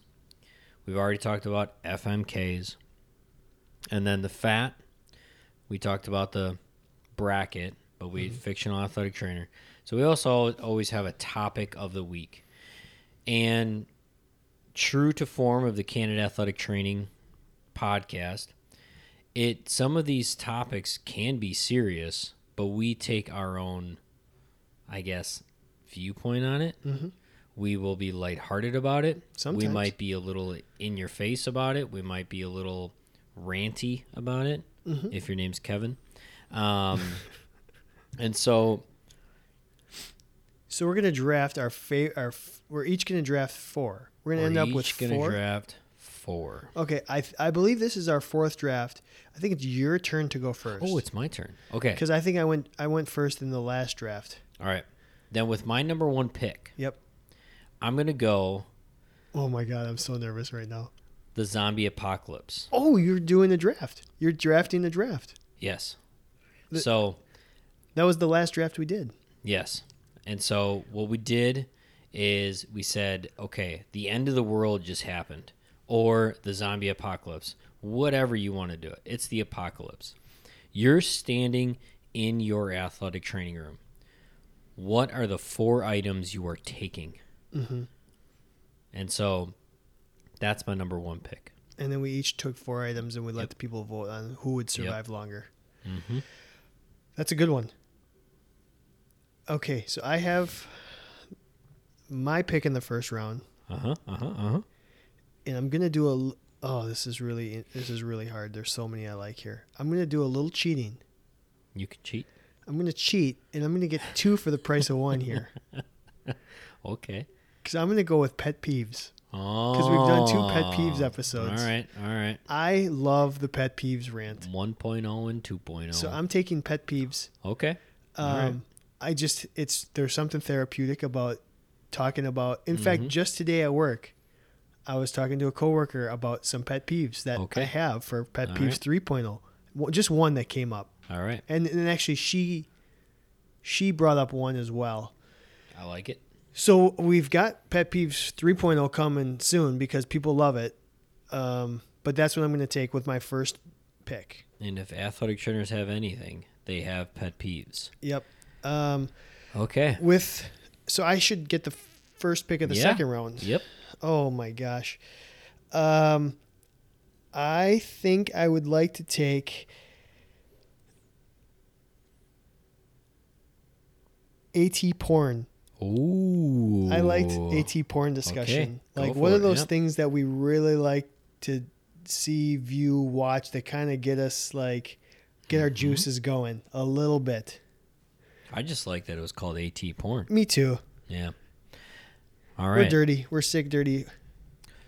We've already talked about FMKs. And then the fat, we talked about the bracket, but we fictional athletic trainer. So we also al- always have a topic of the week. And true to form of the Canada Athletic Training podcast, it some of these topics can be serious, but we take our own, I guess, viewpoint on it. Mm-hmm. We will be lighthearted about it. We Sometimes. might be a little in your face about it. We might be a little ranty about it. If your name's Kevin, um, [laughs] and so So we're gonna draft our fa- our f- we're each gonna draft four. We're gonna we're end up with each gonna four. draft four. okay, I th- I believe this is our fourth draft. I think it's your turn to go first. Oh, [laughs] it's my turn. Okay. because I think I went I went first in the last draft. All right. Then with my number one pick, Yep. I'm gonna go Oh my god, I'm so nervous right now. the zombie apocalypse. Oh, you're doing a draft. You're drafting a draft. Yes. The- so That was the last draft we did. yes, and so what we did is we said, okay, the end of the world just happened, or the zombie apocalypse, whatever you want to do it. It's the apocalypse. You're standing in your athletic training room, what are the four items you are taking? Mm-hmm. And so that's my number one pick. And then we each took four items and we let the people vote on who would survive longer. Mm-hmm. That's a good one. Okay, so I have my pick in the first round, Uh huh. Uh huh. Uh huh. and I'm gonna do a. l- Oh, this is really this is really hard. There's so many I like here. I'm gonna do a little cheating. You can cheat. I'm gonna cheat, and I'm gonna get two for the price of one here, Okay. because I'm gonna go with pet peeves. Oh. we've done two pet peeves episodes. All right. All right. I love the pet peeves rant, 1.0 and 2.0. so I'm taking pet peeves. okay. Um, All right. I just it's there's something therapeutic about talking about. In Mm-hmm. fact, just today at work, I was talking to a coworker about some pet peeves that I Okay. have for pet All peeves right. 3.0. Well, Just one that came up, All right. and and actually she she brought up one as well. I like it. So we've got pet peeves 3.0 coming soon because people love it. Um, but that's what I'm going to take with my first pick. And if athletic trainers have anything, they have pet peeves. Yep. Um, Okay. with so I should get the first pick of the Yeah. second round. Yep. Oh my gosh. Um I think I would like to take AT porn. Ooh. I liked AT porn discussion. go Like for what are it, those yep. things that we really like to see, view, watch that kind of get us like get Mm-hmm. our juices going a little bit. I just like that it was called AT porn. Me too. Yeah. All We're right. dirty. We're sick dirty.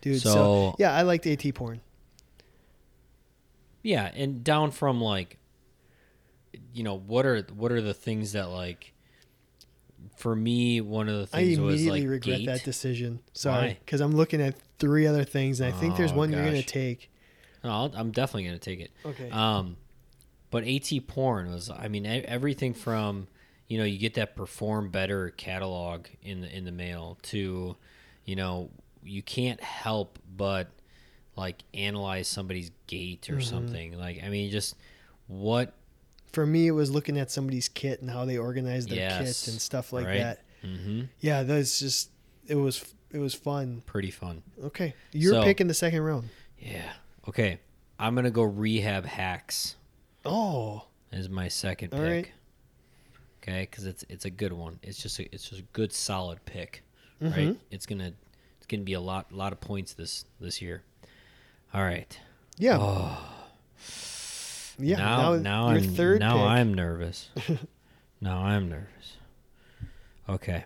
Dude, so, So- yeah, I liked AT porn. Yeah, and down from like you know, what are what are the things that like for me one of the I things was immediately like regret gait. that decision. Sorry, Why? because I'm looking at three other things, and I think there's Oh, one you're gonna gosh. take. No, I'll, I'm definitely going to take it. Okay. Um, but AT porn was, I mean, e- everything from, you know, you get that perform better catalog in the in the mail to, you know, you can't help but like analyze somebody's gait or something. Like, I mean, just what? For me, it was looking at somebody's kit and how they organize their Yes, kit and stuff like right. that. Mm-hmm. Yeah, that's just it was it was fun. Pretty fun. Okay, you're So- picking the second round. Yeah. Okay. I'm gonna go rehab hacks Oh, as my second All pick. right. Okay, because it's it's a good one. It's just a, it's just a good solid pick. right? Mhm. It's gonna it's gonna be a lot lot of points this this year. All right. Yeah, Oh, yeah. now now, your I'm third now pick. I'm [laughs] nervous. now I'm nervous. Okay,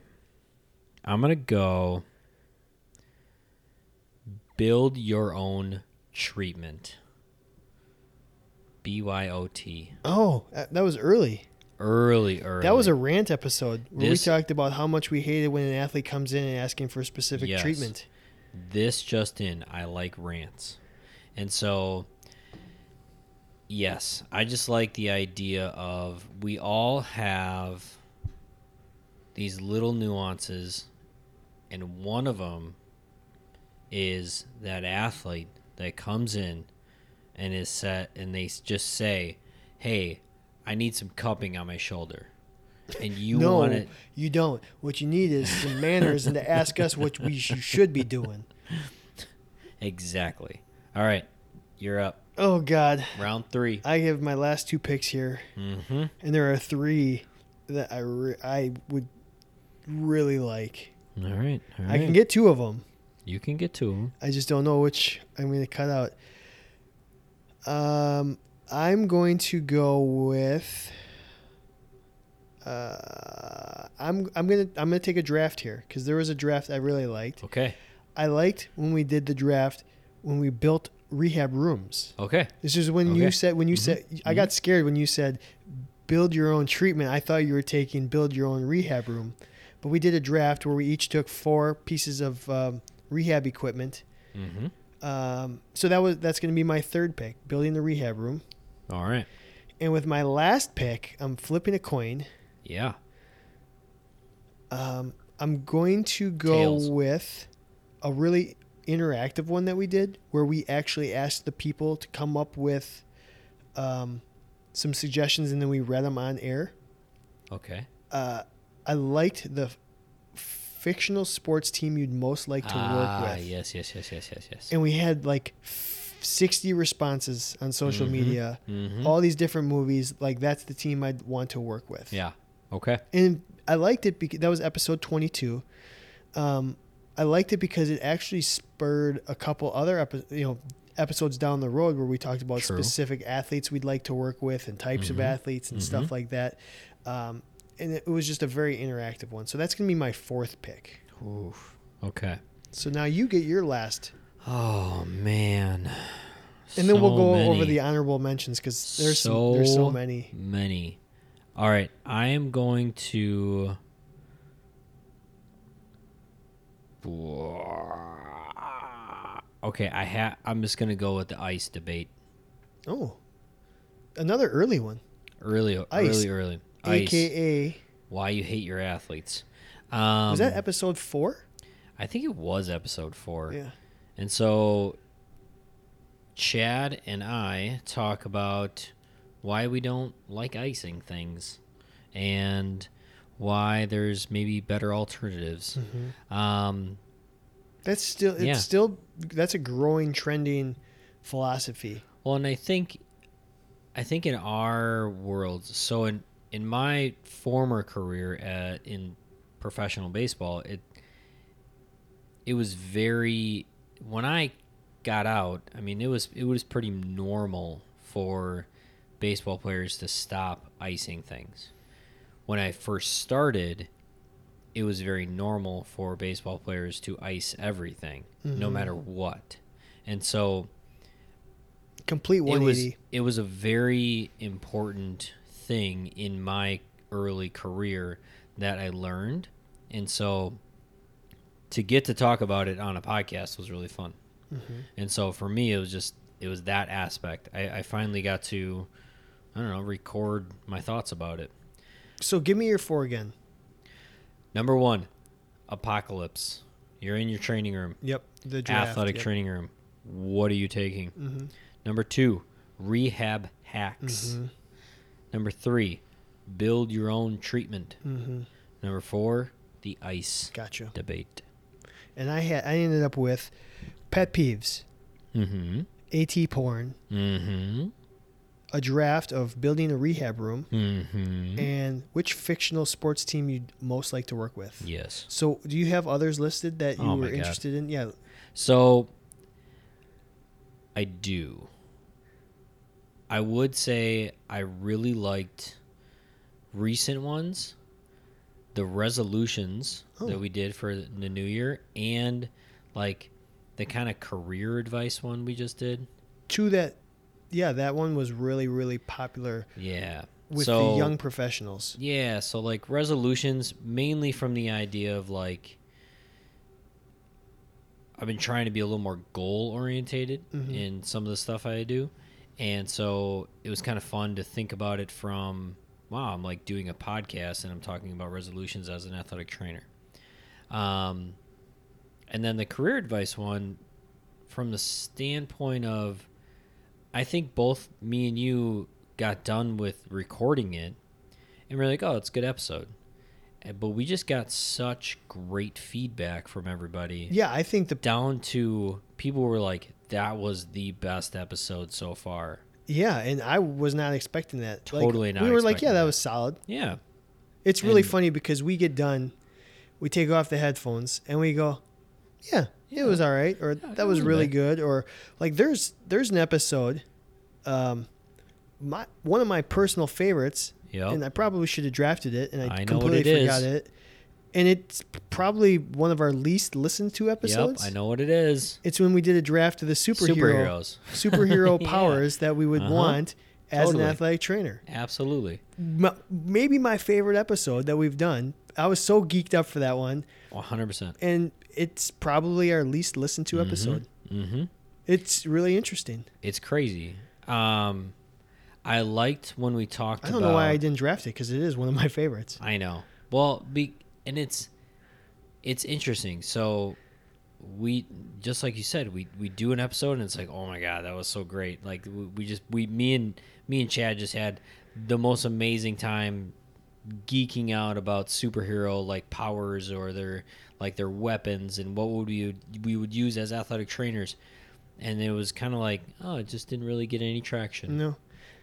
I'm gonna go. Build your own treatment. B Y O T. Oh, uh, that was early. Early, early. That was a rant episode where This- we talked about how much we hated when an athlete comes in and asking for specific Yes. treatment. this just in i like rants and so yes i just like the idea of we all have these little nuances and one of them is that athlete that comes in and is set and they s- just say hey i need some cupping on my shoulder and you no, want it you don't. What you need is some manners and to ask us what we sh- should be doing. exactly all right you're up Oh God, round three I have my last two picks here, mm-hmm and there are three that I re- I would really like. All right, all I right. can get two of them. you can get to them. I just don't know which I'm going to cut out. Um, I'm going to go with. Uh, I'm I'm gonna I'm gonna take a draft here because there was a draft I really liked. Okay, I liked when we did the draft when we built rehab rooms. okay. This is when you Okay. said when you Mhm. said I got scared when you said build your own treatment. I thought you were taking build your own rehab room, but we did a draft where we each took four pieces of um, rehab equipment. Mm-hmm. Um, so that was that's going to be my third pick, building the rehab room. All right. And with my last pick, I'm flipping a coin. Yeah. Um, I'm going to go Tails. with a really interactive one that we did where we actually asked the people to come up with um, some suggestions, and then we read them on air. Okay. Uh, I liked the f- fictional sports team you'd most like to ah, work with. yes, yes, yes, yes, yes, yes. and we had like f- 60 responses on social media Mhm. all these different movies like that's the team i'd want to work with yeah. Okay. and i liked it because that was episode 22 um, i liked it because it actually spurred a couple other epi- you know episodes down the road where we talked about True. specific athletes we'd like to work with and types of Mhm. athletes and Mhm. stuff like that um, and it was just a very interactive one so that's going to be my fourth pick Oof. Okay. so now you get your last Oh man. And then we'll So go over many. the honorable mentions because there's so some, there's so many. Many. All right, I am going to. Okay, I ha- I'm just gonna go with the ice debate. Oh, another early one, Early, Ice. early, early. Ice. aka Why you hate your athletes? Um, was that episode four? I think it was episode four. Yeah, And so Chad and I talk about why we don't like icing things and why there's maybe better alternatives. Mm-hmm. Um, that's still it's Yeah. still that's a growing trending philosophy. well, and I think I think in our world, so in in my former career at, in professional baseball, it it was very when I got out, I mean it was it was pretty normal for baseball players to stop icing things. When I first started, it was very normal for baseball players to ice everything, no matter what. And so Complete it was 180. it was a very important thing in my early career that I learned, and so to get to talk about it on a podcast was really fun. Mm-hmm. And so for me, it was just it was that aspect. I, I finally got to I don't know record my thoughts about it. so give me your four again. Number one, apocalypse. You're in your training room, Yep, the draft, athletic yep. Mm. Mm-hmm, training room. What are you taking? Number two, rehab hacks. mm-hmm, Number three, build your own treatment. Number four, the ice mm-hmm. Gotcha. debate. And I had I ended up with pet peeves, Mm-hmm. at porn, Mm-hmm. a draft of building a rehab room, Mm-hmm. and which fictional sports team you'd most like to work with. yes. So, do you have others listed that you Oh my were God. interested in? Yeah. So I do. I would say I really liked recent ones, the resolutions Oh. that we did for the new year, and like the kind of career advice one we just did. Two that, yeah, that one was really, really popular Yeah. with So- the young professionals. Yeah, so like resolutions mainly from the idea of like I've been trying to be a little more goal orientated Mhm. in some of the stuff I do. And so it was kind of fun to think about it from wow, I'm like doing a podcast and I'm talking about resolutions as an athletic trainer. Um and then the career advice one from the standpoint of I think both me and you got done with recording it and we're like, oh, it's a good episode. And- But we just got such great feedback from everybody. Yeah, I think the Down to people were like, that was the best episode so far. yeah, and I was not expecting that. Like, Totally not We were like, expecting yeah, that, that. was solid. Yeah. It's really And- funny because we get done, we take off the headphones and we go, yeah, it was all right, or that it was wasn't really bad. good, or like there's there's an episode, um, my one of my personal favorites Yep. and I probably should have drafted it, and I, I know what completely it is. forgot it. And it's probably one of our least listened to Yep. episodes. I know what it is. It's when we did a draft of the superhero Superheroes. [laughs] superhero Yeah. powers that we would Uh-huh. want as Totally. an athletic trainer. Absolutely. M- maybe my favorite episode that we've done. I was so geeked up for that one, 100%. and it's probably our least listened to episode. Mm-hmm. It's really interesting. It's crazy. Um, I liked when we talked I don't about. know why I didn't draft it because it is one of my favorites. I know. Well, be and it's it's interesting. So we just like you said we we do an episode and it's like oh my god that was so great like we, we just we me and me and Chad just had the most amazing time geeking out about superhero like powers or their like their weapons and what would we we would use as athletic trainers and it was kind of like oh it just didn't really get any traction No,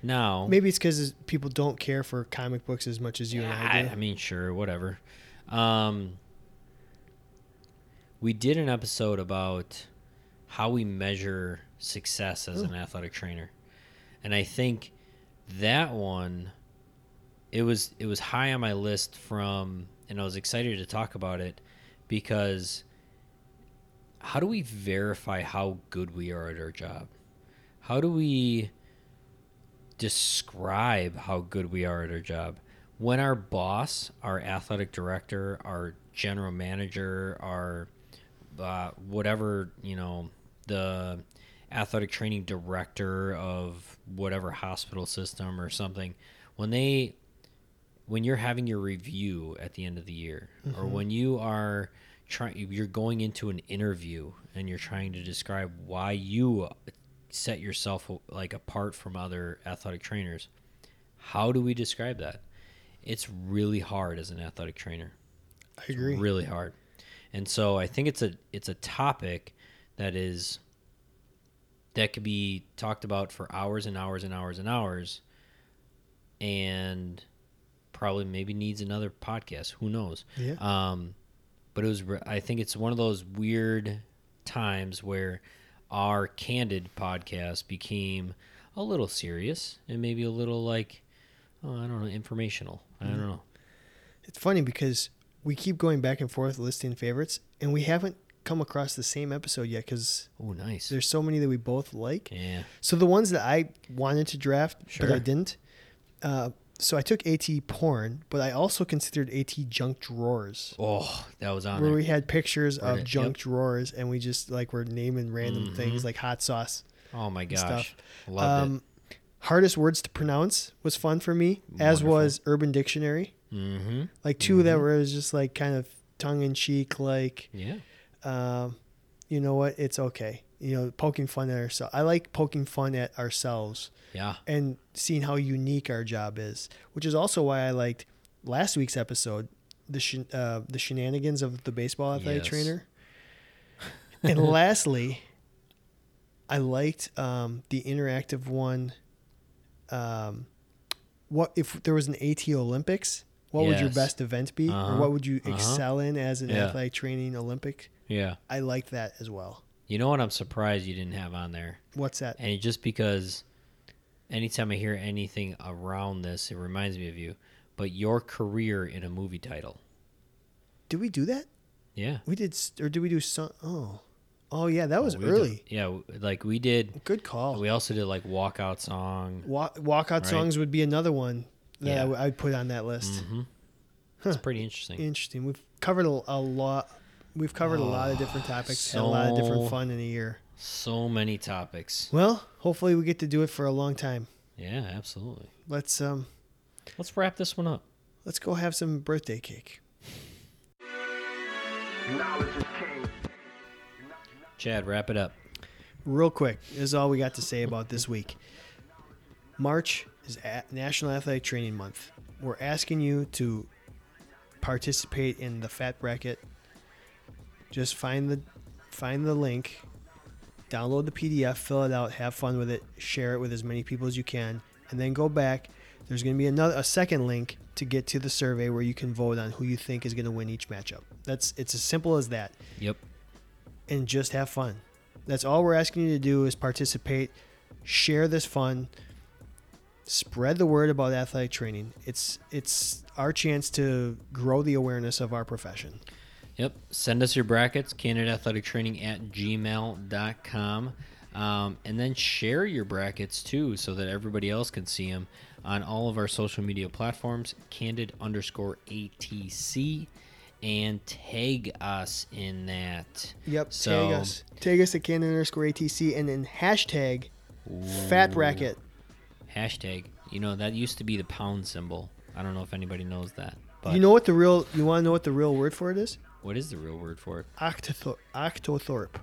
now maybe it's because people don't care for comic books as much as you and I do. I, I mean, sure, whatever. Um, we did an episode about how we measure success as an athletic trainer, and I think that one it was it was high on my list from, and I was excited to talk about it because how do we verify how good we are at our job? How do we describe how good we are at our job. When our boss, our athletic director, our general manager, our uh, whatever, you know, the athletic training director of whatever hospital system or something, when they, when you're having your review at the end of the year, or when you are trying, you're going into an interview and you're trying to describe why you set yourself like apart from other athletic trainers how do we describe that it's really hard as an athletic trainer I agree. really hard and so i think it's a it's a topic that is that could be talked about for hours and hours and hours and hours and probably maybe needs another podcast who knows Yeah. um, but it was. re- I think it's one of those weird times where our candid podcast became a little serious and maybe a little like, oh, I don't know, informational. I don't know. It's funny because we keep going back and forth listing favorites, and we haven't come across the same episode yet because Oh, nice. there's so many that we both like. Yeah. So the ones that I wanted to draft, but Sure. I didn't. Uh, so I took AT porn, but I also considered AT junk drawers, Oh, that was on where there. we had pictures of Right, yep. junk Mm-hmm. drawers, and we just like were naming random things like hot sauce. oh my stuff. Um, gosh, loved Hardest words to pronounce was fun for me, as Wonderful. was Urban Dictionary. it. Mm-hmm. Like 2 that were just like kind of tongue in cheek, like Yeah. um, you know what? It's okay. You know, poking fun at ourselves. I like poking fun at ourselves Yeah. and seeing how unique our job is, which is also why I liked last week's episode, the shen- uh, the shenanigans of the baseball athletic Yes. [laughs] trainer. and lastly, I liked um, the interactive one. Um, what if there was an AT Olympics? What would your Yes. best event be, Uh-huh. or what would you Uh-huh. excel in as an Yeah. athletic training Olympic? Yeah. I like that as well. You know what? I'm surprised you didn't have on there. What's that? and just because anytime I hear anything around this, it reminds me of you. But your career in a movie title, Did we do that? yeah, We did, s- or did we do some? Oh, oh yeah, that was We did- early. Oh. yeah, w- like we did. Good call. We also did like walkout song. Walk, walkout Right. songs would be another one that I Yeah. w- I'd put on that list. hmm It's Huh. pretty interesting. Interesting. We've covered a, a lot. We've covered a lot of different topics and a lot of different Ah, so- fun in a year. So many topics. Well, hopefully we get to do it for a long time. Yeah, absolutely. Let's um, Let's wrap this one up. let's go have some birthday cake. Knowledge is king. Chad, wrap it up. real quick is all we got to say about this week. March is a National Athletic Training Month. We're asking you to participate in the fat bracket. Just find the find the link, download the PDF, fill it out, have fun with it, share it with as many people as you can, and then go back. There's going to be another a second link to get to the survey where you can vote on who you think is going to win each matchup. That's it's as simple as that Yep. and just have fun. That's all we're asking you to do is participate, share this fun, spread the word about athletic training. It's it's our chance to grow the awareness of our profession. Yep. Send us your brackets, candidateathletictraining at gmail.com. Um, and then share your brackets too so that everybody else can see them on all of our social media platforms, candid underscore ATC, and tag us in that. Yep. So, tag us. Tag us at Canon underscore ATC and then hashtag fat bracket. Hashtag, you know, that used to be the pound symbol. I don't know if anybody knows that. But you know what the real you wanna know what the real word for it is? What is the real word for it? Octothor- Octothorpe.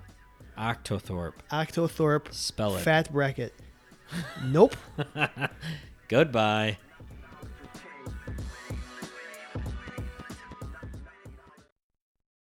Octothorpe. Octothorpe Spell it. fat bracket. Nope. Goodbye.